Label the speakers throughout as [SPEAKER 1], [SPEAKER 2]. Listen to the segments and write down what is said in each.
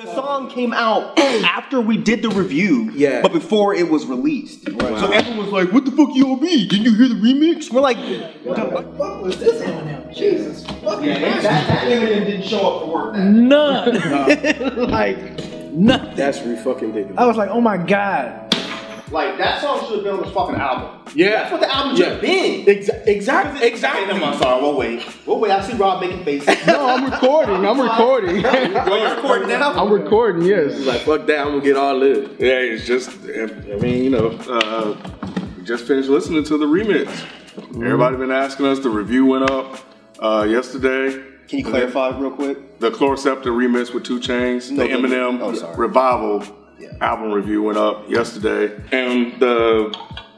[SPEAKER 1] song came out after we did the review,
[SPEAKER 2] Yeah.
[SPEAKER 1] but before it was released. So
[SPEAKER 2] Wow.
[SPEAKER 1] everyone was like, "What the fuck, you on me? Didn't you hear the remix?" We're like, "What the fuck was this Eminem? Jesus fucking Christ. that, that Eminem didn't show up for work. That.
[SPEAKER 3] None.
[SPEAKER 1] Like,
[SPEAKER 3] None.
[SPEAKER 2] That's re fucking ridiculous.
[SPEAKER 3] I was like, oh my god.
[SPEAKER 1] like that song should have been on the fucking album.
[SPEAKER 2] Yeah.
[SPEAKER 1] that's what the album should have been.
[SPEAKER 2] Exa- exactly.
[SPEAKER 1] Okay,
[SPEAKER 2] Exactly.
[SPEAKER 1] no, I'm sorry. We'll wait. We'll wait. I see Rob making faces.
[SPEAKER 4] No, I'm recording. I'm recording.
[SPEAKER 1] Oh, you're recording now.
[SPEAKER 4] I'm recording. Yes.
[SPEAKER 2] Like fuck that. I'm gonna get all this.
[SPEAKER 5] Yeah, it's just, I mean, you know, uh, we just finished listening to the remix.
[SPEAKER 1] Mm-hmm.
[SPEAKER 5] Everybody been asking us. The review went up uh, yesterday.
[SPEAKER 1] Can you clarify real quick?
[SPEAKER 5] The Chloroceptor remix with Two Chains,
[SPEAKER 1] No,
[SPEAKER 5] the
[SPEAKER 1] the-
[SPEAKER 5] Eminem
[SPEAKER 1] oh, sorry.
[SPEAKER 5] revival
[SPEAKER 1] Yeah.
[SPEAKER 5] album review went up yesterday, and the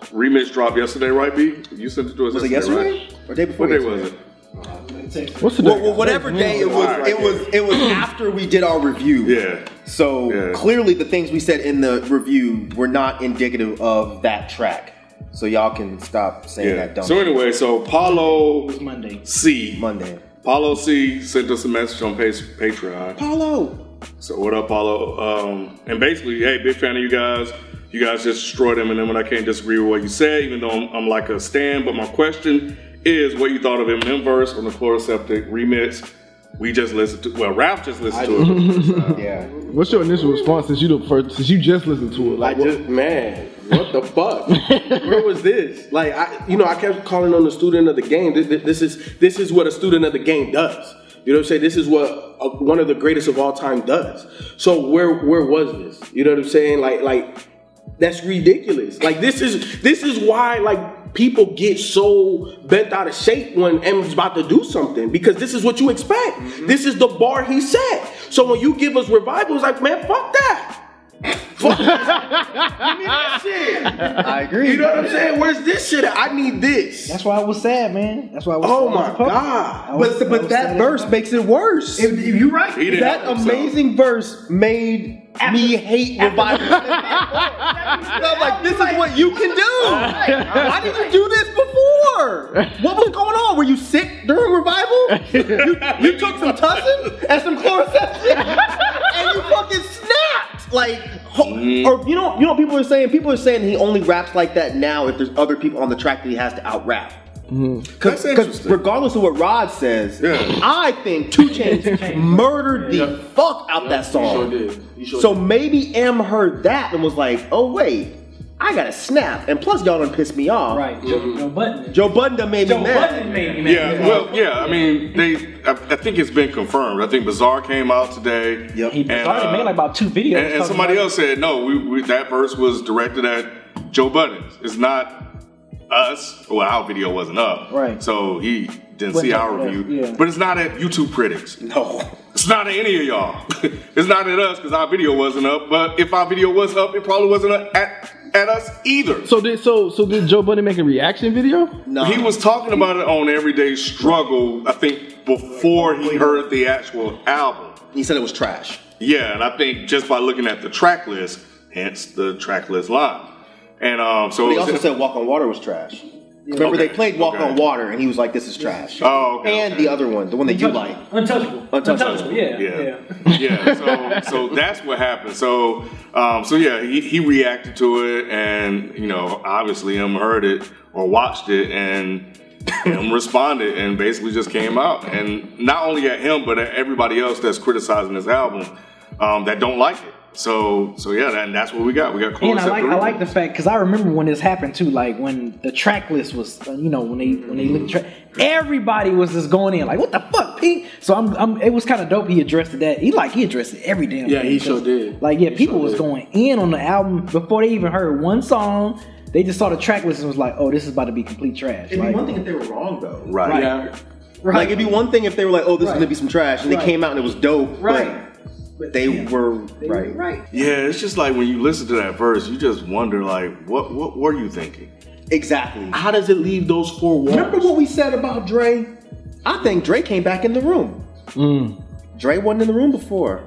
[SPEAKER 5] remix dropped yesterday, right? B, you sent it to us.
[SPEAKER 1] Was it
[SPEAKER 5] yesterday,
[SPEAKER 1] yesterday or day before?
[SPEAKER 5] Right? What day
[SPEAKER 1] yesterday?
[SPEAKER 5] was it?
[SPEAKER 4] What's the
[SPEAKER 1] Well, well, whatever day it was, it was it was after we did our review.
[SPEAKER 5] Yeah.
[SPEAKER 1] So
[SPEAKER 5] Yeah.
[SPEAKER 1] clearly, the things we said in the review were not indicative of that track. So y'all can stop saying that
[SPEAKER 5] Yeah.
[SPEAKER 1] dumb
[SPEAKER 5] So anyway, so Paulo
[SPEAKER 3] Monday.
[SPEAKER 5] C.
[SPEAKER 1] Monday.
[SPEAKER 5] Paulo C. sent us a message on pa- Patreon.
[SPEAKER 1] Paulo,
[SPEAKER 5] So what up, Paulo? Um, and basically, hey, big fan of you guys. You guys just destroyed Eminem, and I can't disagree with what you said, even though I'm, I'm like a stan. But my question is, what you thought of Eminem verse on the Chloroseptic remix? We just listened to. Well, Ralph just listened to it.
[SPEAKER 1] yeah,
[SPEAKER 4] What's your initial response since you the first since you just listened to it?
[SPEAKER 2] I
[SPEAKER 4] Like, what-
[SPEAKER 2] just man, what the fuck? Where was this? Like I, you know, I kept calling on the student of the game. This, this is this is what a student of the game does. You know what I'm saying? This is what uh one of the greatest of all time does. So where where was this? You know what I'm saying? Like like that's ridiculous. Like this is this is why like people get so bent out of shape when M's about to do something because this is what you expect. This is the bar he set. So when you give us revivals, like man, fuck that. Fuck that shit.
[SPEAKER 3] I agree.
[SPEAKER 2] You know what I'm saying? Where's this shit at? I need this.
[SPEAKER 3] That's why I was sad, man. That's why I was
[SPEAKER 2] Oh
[SPEAKER 3] sad as a
[SPEAKER 2] my
[SPEAKER 3] puppy.
[SPEAKER 2] God.
[SPEAKER 3] I was-
[SPEAKER 1] but
[SPEAKER 3] I
[SPEAKER 1] but
[SPEAKER 3] was sad
[SPEAKER 1] that
[SPEAKER 3] as a
[SPEAKER 1] verse
[SPEAKER 3] puppy.
[SPEAKER 1] makes it worse.
[SPEAKER 3] If- if you're right.
[SPEAKER 5] He didn't
[SPEAKER 1] that
[SPEAKER 5] help himself.
[SPEAKER 1] amazing verse made me hate revival. I'm like, this is what you can do. Why did you do this before? What was going on? Were you sick during revival? You, you took some tussin and some chloroceptin, and you fucking snapped. Like, ho- or you know, you know, what people are saying. People are saying he only raps like that now if there's other people on the track that he has to out rap.
[SPEAKER 5] That's
[SPEAKER 1] Because
[SPEAKER 5] interesting.
[SPEAKER 1] regardless of what Rod says,
[SPEAKER 5] Yeah.
[SPEAKER 1] I think Two Chains murdered the fuck out that song. so maybe M heard that and was like, "Oh wait, I gotta snap." And plus, y'all done pissed me off.
[SPEAKER 3] Right, Joe, Joe Button.
[SPEAKER 1] Joe Budden done made
[SPEAKER 3] Joe
[SPEAKER 1] me mad.
[SPEAKER 3] Budden made me mad.
[SPEAKER 5] yeah. Well, yeah. I mean, they. I, I think it's been confirmed. I think Bizarre came out today.
[SPEAKER 1] Yep.
[SPEAKER 3] He
[SPEAKER 5] And,
[SPEAKER 3] already
[SPEAKER 5] uh,
[SPEAKER 3] made like about two
[SPEAKER 5] And,
[SPEAKER 3] videos.
[SPEAKER 5] and
[SPEAKER 3] talking
[SPEAKER 5] somebody
[SPEAKER 3] about-
[SPEAKER 5] else said, no, we, we, that verse was directed at Joe Buttons. It's not us. Well, our video wasn't up.
[SPEAKER 3] Right.
[SPEAKER 5] So he didn't
[SPEAKER 3] Went
[SPEAKER 5] see
[SPEAKER 3] to
[SPEAKER 5] our
[SPEAKER 3] us,
[SPEAKER 5] review.
[SPEAKER 3] yeah.
[SPEAKER 5] But it's not at YouTube critics.
[SPEAKER 1] No.
[SPEAKER 5] It's not at any of y'all. it's not at us because our video wasn't up. But if our video was up, it probably wasn't at, at us either.
[SPEAKER 4] so did so so did Joe Budden make a reaction video?
[SPEAKER 1] No.
[SPEAKER 5] He was talking about it on Everyday Struggle, I think, before he heard the actual album.
[SPEAKER 1] He said it was trash.
[SPEAKER 5] Yeah, and I think just by looking at the track list, hence the track list line. And um,
[SPEAKER 1] But
[SPEAKER 5] so it
[SPEAKER 1] he
[SPEAKER 5] was-
[SPEAKER 1] also said Walk on Water was trash. Remember
[SPEAKER 5] Okay.
[SPEAKER 1] they played Walk
[SPEAKER 5] Okay.
[SPEAKER 1] on Water and he was like, "This is trash."
[SPEAKER 5] Oh, okay,
[SPEAKER 1] and
[SPEAKER 5] okay.
[SPEAKER 1] the other one, the one that you like.
[SPEAKER 3] Untouchable.
[SPEAKER 1] Untouchable.
[SPEAKER 3] Yeah.
[SPEAKER 5] yeah,
[SPEAKER 3] yeah.
[SPEAKER 5] yeah. So, so that's what happened. So, um, so yeah, he, he reacted to it, and you know, obviously, him heard it or watched it, and him responded, and basically just came out, and not only at him, but at everybody else that's criticizing this album um, that don't like it. So, so yeah, and that's what we got. We got
[SPEAKER 3] And I
[SPEAKER 5] Chloroseptic
[SPEAKER 3] like I like the
[SPEAKER 5] Remix.
[SPEAKER 3] fact because I remember when this happened too, like when the track list was, uh, you know, when they when they looked, at the track, everybody was just going in like, "What the fuck, Pete?" So I'm, I'm it was kind of dope. He addressed that. He like he addressed it every damn.
[SPEAKER 2] Yeah,
[SPEAKER 3] thing,
[SPEAKER 2] he sure
[SPEAKER 3] 'cause,
[SPEAKER 2] did.
[SPEAKER 3] Like yeah,
[SPEAKER 2] He
[SPEAKER 3] people
[SPEAKER 2] sure
[SPEAKER 3] was
[SPEAKER 2] did.
[SPEAKER 3] going in on the album before they even heard one song. They just saw the track list and was like, "Oh, this is about to be complete trash." Like,
[SPEAKER 1] thing if they were wrong though.
[SPEAKER 5] Right.
[SPEAKER 2] Yeah.
[SPEAKER 3] right.
[SPEAKER 1] Like it'd be one thing if they were like, "Oh, this
[SPEAKER 3] Right.
[SPEAKER 1] is gonna be some trash," and
[SPEAKER 3] Right.
[SPEAKER 1] they came out and it was dope. but
[SPEAKER 3] Right.
[SPEAKER 1] They were
[SPEAKER 3] right.
[SPEAKER 1] right.
[SPEAKER 3] Right.
[SPEAKER 5] Yeah, it's just like when you listen to that verse, you just wonder, like, what what were you thinking?
[SPEAKER 1] Exactly.
[SPEAKER 2] How does it leave those four walls?
[SPEAKER 1] Remember what we said about Dre? I think Dre came back in the room. Dre wasn't in the room before.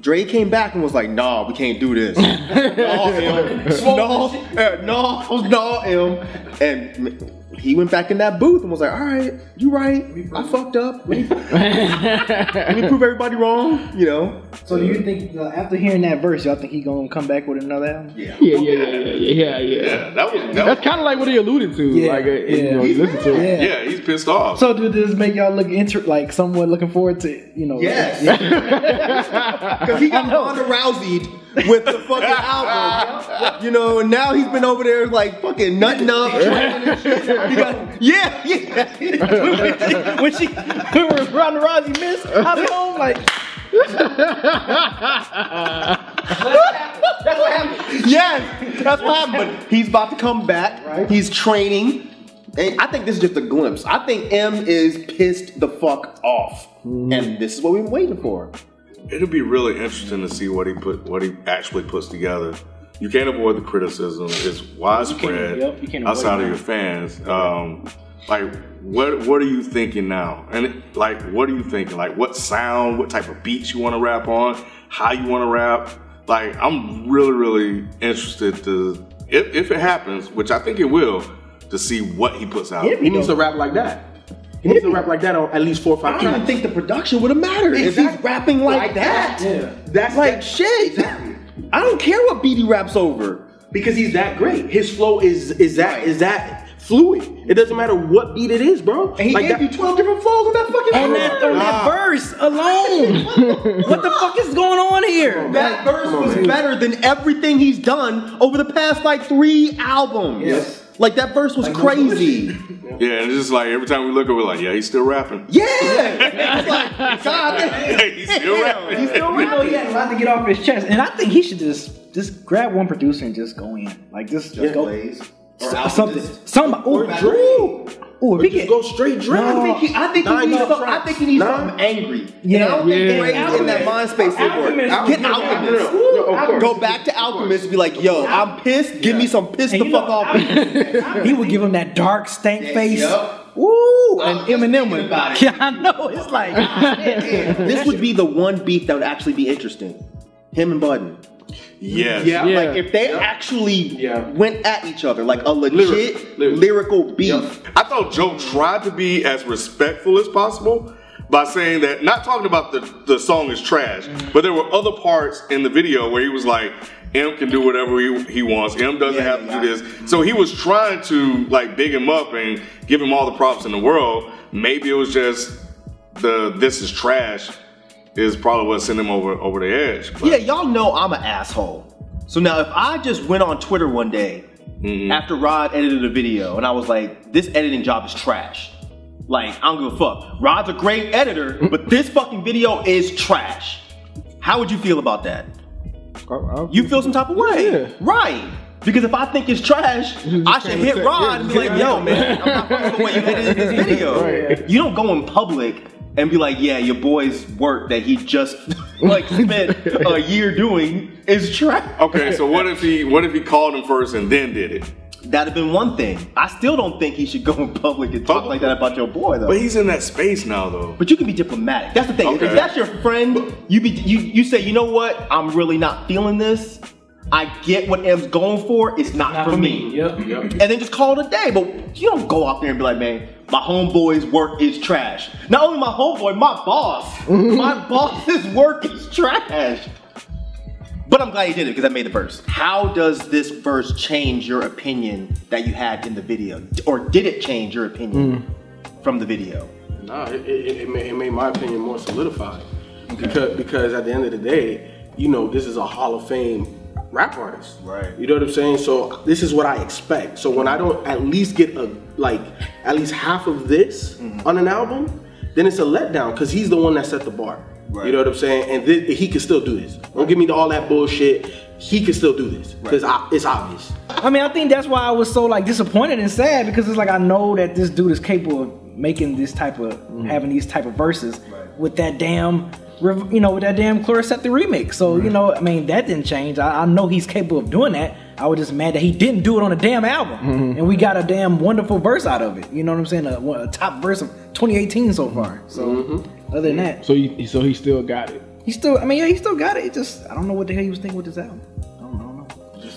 [SPEAKER 1] Dre came back and was like, "Nah, we can't do this. no, M. no, eh, no, no, M." And m- he went back in that booth and was like, "All right, you right. I fucked up. Let me, let me prove everybody wrong." You know.
[SPEAKER 3] So do you think uh, after hearing that verse, y'all think he gonna come back with another album?
[SPEAKER 5] Yeah.
[SPEAKER 4] Yeah, yeah, yeah, yeah, yeah, yeah.
[SPEAKER 5] Yeah, that was that
[SPEAKER 4] That's
[SPEAKER 5] was,
[SPEAKER 4] kind of like what he alluded to.
[SPEAKER 3] Yeah,
[SPEAKER 4] like, uh, you know,
[SPEAKER 3] yeah.
[SPEAKER 4] you listen to it.
[SPEAKER 5] yeah, he's pissed off.
[SPEAKER 3] So do this make y'all look inter- like somewhat looking forward to you know?
[SPEAKER 1] Yes.
[SPEAKER 3] Yeah.
[SPEAKER 1] Because he got
[SPEAKER 3] I know.
[SPEAKER 1] Ronda Rouseyed with the fucking album. You know, and now he's been over there like fucking nutting up, training and shit. He got- yeah, yeah.
[SPEAKER 3] when she when Ronda Rousey missed, I'll be home like
[SPEAKER 1] yes, that's what happened. But he's about to come back. He's training. And I think this is just a glimpse. I think M is pissed the fuck off. And this is what we've been waiting for.
[SPEAKER 5] It'll be really interesting to see what he put, what he actually puts together. You can't avoid the criticism; it's widespread
[SPEAKER 3] yep, you can't avoid
[SPEAKER 5] outside
[SPEAKER 3] it.
[SPEAKER 5] of your fans. Um, like, what what are you thinking now? And like, what are you thinking? Like, what sound? What type of beats you want to rap on? How you want to rap? Like, I'm really really interested to if, if it happens, which I think it will, to see what he puts out.
[SPEAKER 2] He needs to rap like that. He needs to rap like that on at least four or five
[SPEAKER 1] I don't even
[SPEAKER 2] times.
[SPEAKER 1] think the production would have mattered if he's
[SPEAKER 2] Exactly.
[SPEAKER 1] rapping like,
[SPEAKER 2] Like
[SPEAKER 1] that.
[SPEAKER 2] that.
[SPEAKER 1] That's like shit. I don't care what beat he raps over.
[SPEAKER 2] Because he's that great. His flow is is that is that fluid. It doesn't matter what beat it is, bro.
[SPEAKER 1] And he
[SPEAKER 2] like
[SPEAKER 1] gave
[SPEAKER 2] that,
[SPEAKER 1] you 12 different flows on that fucking
[SPEAKER 3] and
[SPEAKER 1] album.
[SPEAKER 3] that, on that verse alone. what the fuck is going on here?
[SPEAKER 1] That verse was better than everything he's done over the past like three albums.
[SPEAKER 3] Yes.
[SPEAKER 1] Like that verse was crazy.
[SPEAKER 5] Yeah, and it's just like every time we look at, it, we're like, yeah, he's still rapping.
[SPEAKER 1] yeah. It's like, God damn.
[SPEAKER 5] he's still rapping.
[SPEAKER 1] He's still
[SPEAKER 3] You know
[SPEAKER 1] rapping.
[SPEAKER 3] he had a lot to get off his chest, and I think he should just just grab one producer and just go in, like just, just go S- something, somebody,
[SPEAKER 2] or
[SPEAKER 3] or
[SPEAKER 2] drill.
[SPEAKER 3] or
[SPEAKER 2] Or just go straight drill.
[SPEAKER 1] I think he, I think he
[SPEAKER 2] Nah,
[SPEAKER 1] needs,
[SPEAKER 2] nah,
[SPEAKER 1] some, I think he needs
[SPEAKER 2] nah.
[SPEAKER 1] something angry. and
[SPEAKER 3] Yeah,
[SPEAKER 1] I don't
[SPEAKER 4] yeah.
[SPEAKER 1] think Dre's in that mind space anymore.
[SPEAKER 3] Alchemist.
[SPEAKER 1] Get Alchemist.
[SPEAKER 2] No, no, no, of
[SPEAKER 1] I'd
[SPEAKER 2] course.
[SPEAKER 1] Go back to Alchemist and be like, yo, I'm pissed. Give me some piss
[SPEAKER 3] And
[SPEAKER 1] the
[SPEAKER 3] you
[SPEAKER 1] fuck
[SPEAKER 3] know,
[SPEAKER 1] off.
[SPEAKER 3] he would give him that dark stank face.
[SPEAKER 1] Yup.
[SPEAKER 3] Ooh, and
[SPEAKER 1] I'm just
[SPEAKER 3] Eminem
[SPEAKER 1] thinking
[SPEAKER 3] would.
[SPEAKER 1] about it.
[SPEAKER 3] Yeah, I know. It's like
[SPEAKER 1] this would be the one beat that would actually be interesting. Him and Budden.
[SPEAKER 5] Yes.
[SPEAKER 1] Yeah,
[SPEAKER 4] Yeah.
[SPEAKER 1] like if they actually
[SPEAKER 2] Yeah.
[SPEAKER 1] went at each other, like a legit
[SPEAKER 2] Lyric- lyric.
[SPEAKER 1] lyrical beef.
[SPEAKER 5] I thought Joe tried to be as respectful as possible by saying that, not talking about the, the song is trash, but there were other parts in the video where he was like, M can do whatever he, he wants. M doesn't have to do this. So he was trying to like big him up and give him all the props in the world. Maybe it was just the this is trash is probably what sent him over over the edge. But
[SPEAKER 1] Yeah, y'all know I'm an asshole. So now if I just went on Twitter one day after Rod edited a video and I was like, this editing job is trash. Like, I don't give a fuck. Rod's a great editor, but this fucking video is trash. How would you feel about that? You feel some type of way.
[SPEAKER 4] Yeah.
[SPEAKER 1] Right. Because if I think it's trash, I should hit Rod and be like, yo, man, I'm not fucking with the way you edited this video. You don't go in public and be like, yeah, your boy's work that he just like spent a year doing is trash.
[SPEAKER 5] okay, so what if he what if he called him first and then did it?
[SPEAKER 1] That'd have been one thing. I still don't think he should go in public and talk like that about your boy though.
[SPEAKER 5] But he's in that space now though.
[SPEAKER 1] But you can be diplomatic. That's the thing. If
[SPEAKER 5] Okay.
[SPEAKER 1] that's your friend, you be you you say, you know what? I'm really not feeling this. I get what M's going for. It's not, for me.
[SPEAKER 3] Yep.
[SPEAKER 1] And then just call it a day. But you don't go out there and be like, man, my homeboy's work is trash. Not only my homeboy, my boss. my boss's work is trash. But I'm glad you did it because I made the verse. How does this verse change your opinion that you had in the video? Or did it change your opinion from the video?
[SPEAKER 2] Nah, it, it, it, made, it made my opinion more solidified. Because because at the end of the day, you know, this is a Hall of Fame rap artist.
[SPEAKER 1] Right.
[SPEAKER 2] You know what I'm saying? So this is what I expect. So when I don't at least get a like at least half of this
[SPEAKER 1] Mm-hmm.
[SPEAKER 2] on an album, then it's a letdown because he's the one that set the bar.
[SPEAKER 1] Right.
[SPEAKER 2] You know what I'm saying? And thi- he can still do this. Don't give me the, all that bullshit. He can still do this because it's obvious.
[SPEAKER 3] I mean, I think that's why I was so like disappointed and sad because it's like I know that this dude is capable of making this type of having these type of verses with that damn. rev- You know, with that damn Chloroceptor remix. So, you know, I mean, that didn't change. I, I know he's capable of doing that. I was just mad that he didn't do it on a damn album. And we got a damn wonderful verse out of it. You know what I'm saying? A, a top verse of 2018 so far. So, other than that,
[SPEAKER 4] So he, so he still got it.
[SPEAKER 3] he still, I mean, yeah, he still got it. It just, I don't know what the hell he was thinking with this album. I don't, I don't know.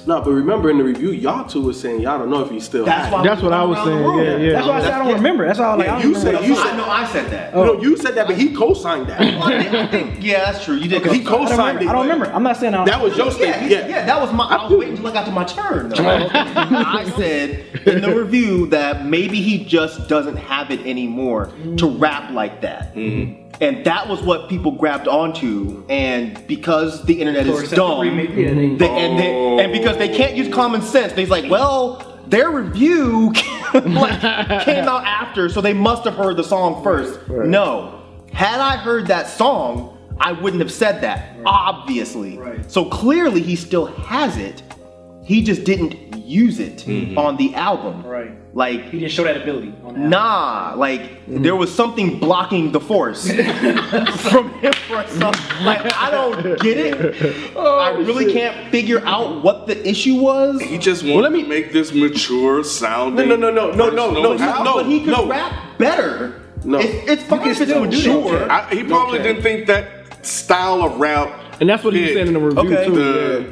[SPEAKER 2] No, but remember in the review, y'all two were saying y'all don't know if he still.
[SPEAKER 1] That's
[SPEAKER 2] had
[SPEAKER 1] why
[SPEAKER 2] it.
[SPEAKER 4] That's what I was
[SPEAKER 1] Around the
[SPEAKER 4] saying,
[SPEAKER 1] room.
[SPEAKER 4] yeah, yeah.
[SPEAKER 3] That's why I said I don't remember. That's why I was like,
[SPEAKER 2] Yeah,
[SPEAKER 3] I
[SPEAKER 2] you
[SPEAKER 3] don't remember.
[SPEAKER 2] said
[SPEAKER 1] No,
[SPEAKER 2] you
[SPEAKER 1] I
[SPEAKER 2] said
[SPEAKER 1] know I said that.
[SPEAKER 2] No, you said that, but he co-signed that.
[SPEAKER 1] Well, I think- I think- yeah, that's true. You did.
[SPEAKER 2] Because he
[SPEAKER 1] co-sign.
[SPEAKER 3] I don't
[SPEAKER 2] co-signed it.
[SPEAKER 3] remember. I don't remember. I'm not saying I don't
[SPEAKER 2] That was your
[SPEAKER 1] Yeah,
[SPEAKER 2] statement.
[SPEAKER 1] yeah,
[SPEAKER 2] Yeah,
[SPEAKER 1] yeah, that was my. I was waiting till I got to my turn. Though. I said in the review that maybe he just doesn't have it anymore to rap like that, and that was what people grabbed onto. And because the internet is
[SPEAKER 3] Except the
[SPEAKER 1] dumb,
[SPEAKER 3] remake, yeah, they-
[SPEAKER 1] they- and, they, and because they can't use common sense, they's like, well. Their review like, came out after, so they must have heard the song first. No, had I heard that song, I wouldn't have said that. Obviously,
[SPEAKER 3] Right.
[SPEAKER 1] so clearly he still has it. He just didn't use it on the album.
[SPEAKER 3] Right.
[SPEAKER 1] Like
[SPEAKER 3] He didn't show that ability. On that.
[SPEAKER 1] nah, like there was something blocking the force from him for some like I don't get it. I really can't figure out what the issue was.
[SPEAKER 5] He just wanted
[SPEAKER 2] let me-
[SPEAKER 5] to make this mature sounding.
[SPEAKER 2] No, no, no, no, no, no,
[SPEAKER 5] personal
[SPEAKER 2] no,
[SPEAKER 5] album.
[SPEAKER 1] but he could
[SPEAKER 2] no.
[SPEAKER 1] rap better.
[SPEAKER 2] No.
[SPEAKER 1] It's, it's fine
[SPEAKER 3] can
[SPEAKER 1] if it's
[SPEAKER 3] still do that.
[SPEAKER 1] mature.
[SPEAKER 5] I, he probably
[SPEAKER 2] Okay.
[SPEAKER 5] didn't think that style of rap.
[SPEAKER 4] And that's what he was
[SPEAKER 5] fit
[SPEAKER 4] saying in the review
[SPEAKER 1] Okay.
[SPEAKER 4] too. yeah.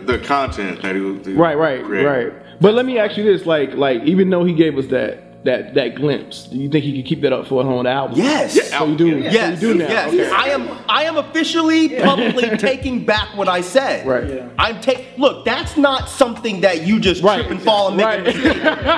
[SPEAKER 5] The, the content that he was he
[SPEAKER 4] Right, right,
[SPEAKER 5] created.
[SPEAKER 4] right. But let me ask you this: like, like even though he gave us that that that glimpse, do you think he could keep that up for the whole album?
[SPEAKER 1] Yes.
[SPEAKER 5] Yeah,
[SPEAKER 4] So you do.
[SPEAKER 5] Yeah.
[SPEAKER 4] So you
[SPEAKER 1] Yes,
[SPEAKER 4] do now.
[SPEAKER 1] yes.
[SPEAKER 4] Okay.
[SPEAKER 1] I am. I am officially, publicly taking back what I said.
[SPEAKER 4] Right. Yeah.
[SPEAKER 1] I'm take. Look, that's not something that you just
[SPEAKER 4] Right.
[SPEAKER 1] trip and fall and make a
[SPEAKER 4] Right.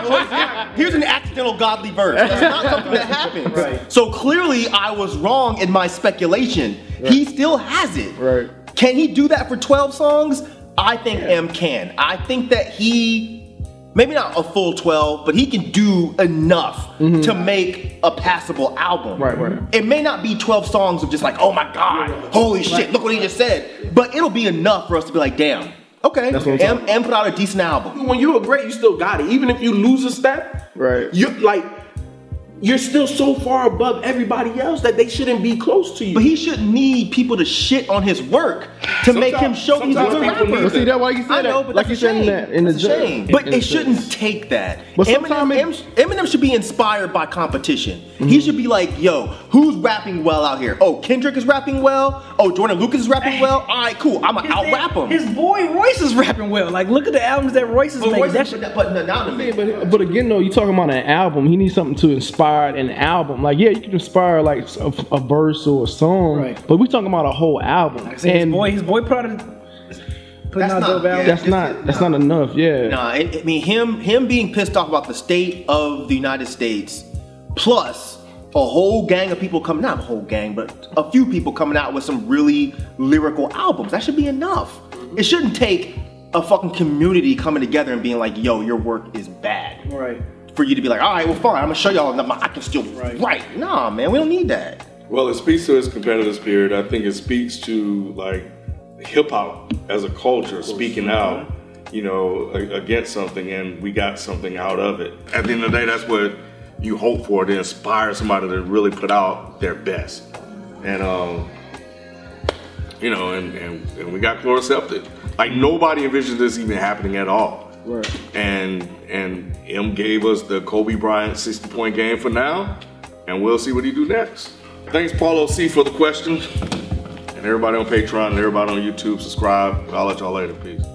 [SPEAKER 1] mistake. Here's an accidental godly verse. That's not something that happens.
[SPEAKER 3] Right.
[SPEAKER 1] So clearly, I was wrong in my speculation. He still has it.
[SPEAKER 4] Right.
[SPEAKER 1] Can he do that for 12 songs? I think M can. I think that he. Maybe not a full 12, but he can do enough to make a passable album.
[SPEAKER 4] Mm-hmm. Right, right.
[SPEAKER 1] It may not be 12 songs of just like, oh my god, holy shit, look what he just said. But it'll be enough for us to be like, damn, okay,
[SPEAKER 4] That's what I'm
[SPEAKER 1] M, M put out a decent album.
[SPEAKER 2] When you were great, you still got it. Even if you lose a step,
[SPEAKER 4] Right.
[SPEAKER 2] You like you're still so far above everybody else that they shouldn't be close to you.
[SPEAKER 1] But he shouldn't need people to shit on his work to make him show he's a
[SPEAKER 5] sometimes
[SPEAKER 1] good
[SPEAKER 5] people need
[SPEAKER 1] rapper.
[SPEAKER 4] But see that why you
[SPEAKER 1] I
[SPEAKER 4] said
[SPEAKER 1] know,
[SPEAKER 4] that,
[SPEAKER 1] but
[SPEAKER 4] like you
[SPEAKER 1] that's
[SPEAKER 4] said
[SPEAKER 1] a shame.
[SPEAKER 4] in that in the
[SPEAKER 1] That's a
[SPEAKER 4] ju-
[SPEAKER 1] shame. But
[SPEAKER 4] in the
[SPEAKER 1] it shouldn't
[SPEAKER 4] sentence.
[SPEAKER 1] take that.
[SPEAKER 4] But sometime
[SPEAKER 1] Eminem,
[SPEAKER 4] it- Mm-hmm.
[SPEAKER 1] Em- Eminem should be inspired by competition. He should be like, yo, who's rapping well out here? Oh, Kendrick is rapping well. Oh, Jordan Lucas is rapping well. All right, cool. I'm gonna
[SPEAKER 3] His
[SPEAKER 1] out
[SPEAKER 3] damn-
[SPEAKER 1] rap him.
[SPEAKER 3] His boy Royce is rapping well. Like, look at the albums that Royce is
[SPEAKER 1] But
[SPEAKER 3] making.
[SPEAKER 1] Royce-
[SPEAKER 3] That shit-
[SPEAKER 1] but- but no, not in a minute.
[SPEAKER 4] But, but again, though, you talking about an album. He needs something to inspire an album. Like, yeah, you can inspire like a, a verse or a song,
[SPEAKER 3] Right.
[SPEAKER 4] but we talking about a whole album.
[SPEAKER 3] I said, his boy, his boy put out a putting
[SPEAKER 1] That's
[SPEAKER 3] out
[SPEAKER 1] not-
[SPEAKER 3] dope albums.
[SPEAKER 4] that's not that's not enough. Yeah,
[SPEAKER 1] Nah, it, I mean him him being pissed off about the state of the United States, plus a whole gang of people coming not a whole gang, but a few people coming out with some really lyrical albums. That should be enough. It shouldn't take a fucking community coming together and being like, "Yo, your work is bad,"
[SPEAKER 3] Right.
[SPEAKER 1] for you to be like, "All right, well, fine, I'm gonna show y'all that I can still
[SPEAKER 3] Right.
[SPEAKER 1] write." Nah, man, we don't need that.
[SPEAKER 5] Well, it speaks to his competitive spirit. I think it speaks to like hip hop as a culture speaking out, you know, a- against something, and we got something out of it. At the end of the day, that's what you hope for to inspire somebody to really put out their best, and um, you know, and and, and we got chloroceptive. Like nobody envisioned this even happening at all.
[SPEAKER 4] Right.
[SPEAKER 5] And and M gave us the Kobe Bryant 60 point game for now, and we'll see what he do next. Thanks, Paulo C, for the question. And everybody on Patreon, and everybody on YouTube, subscribe. I'll let y'all later. Peace.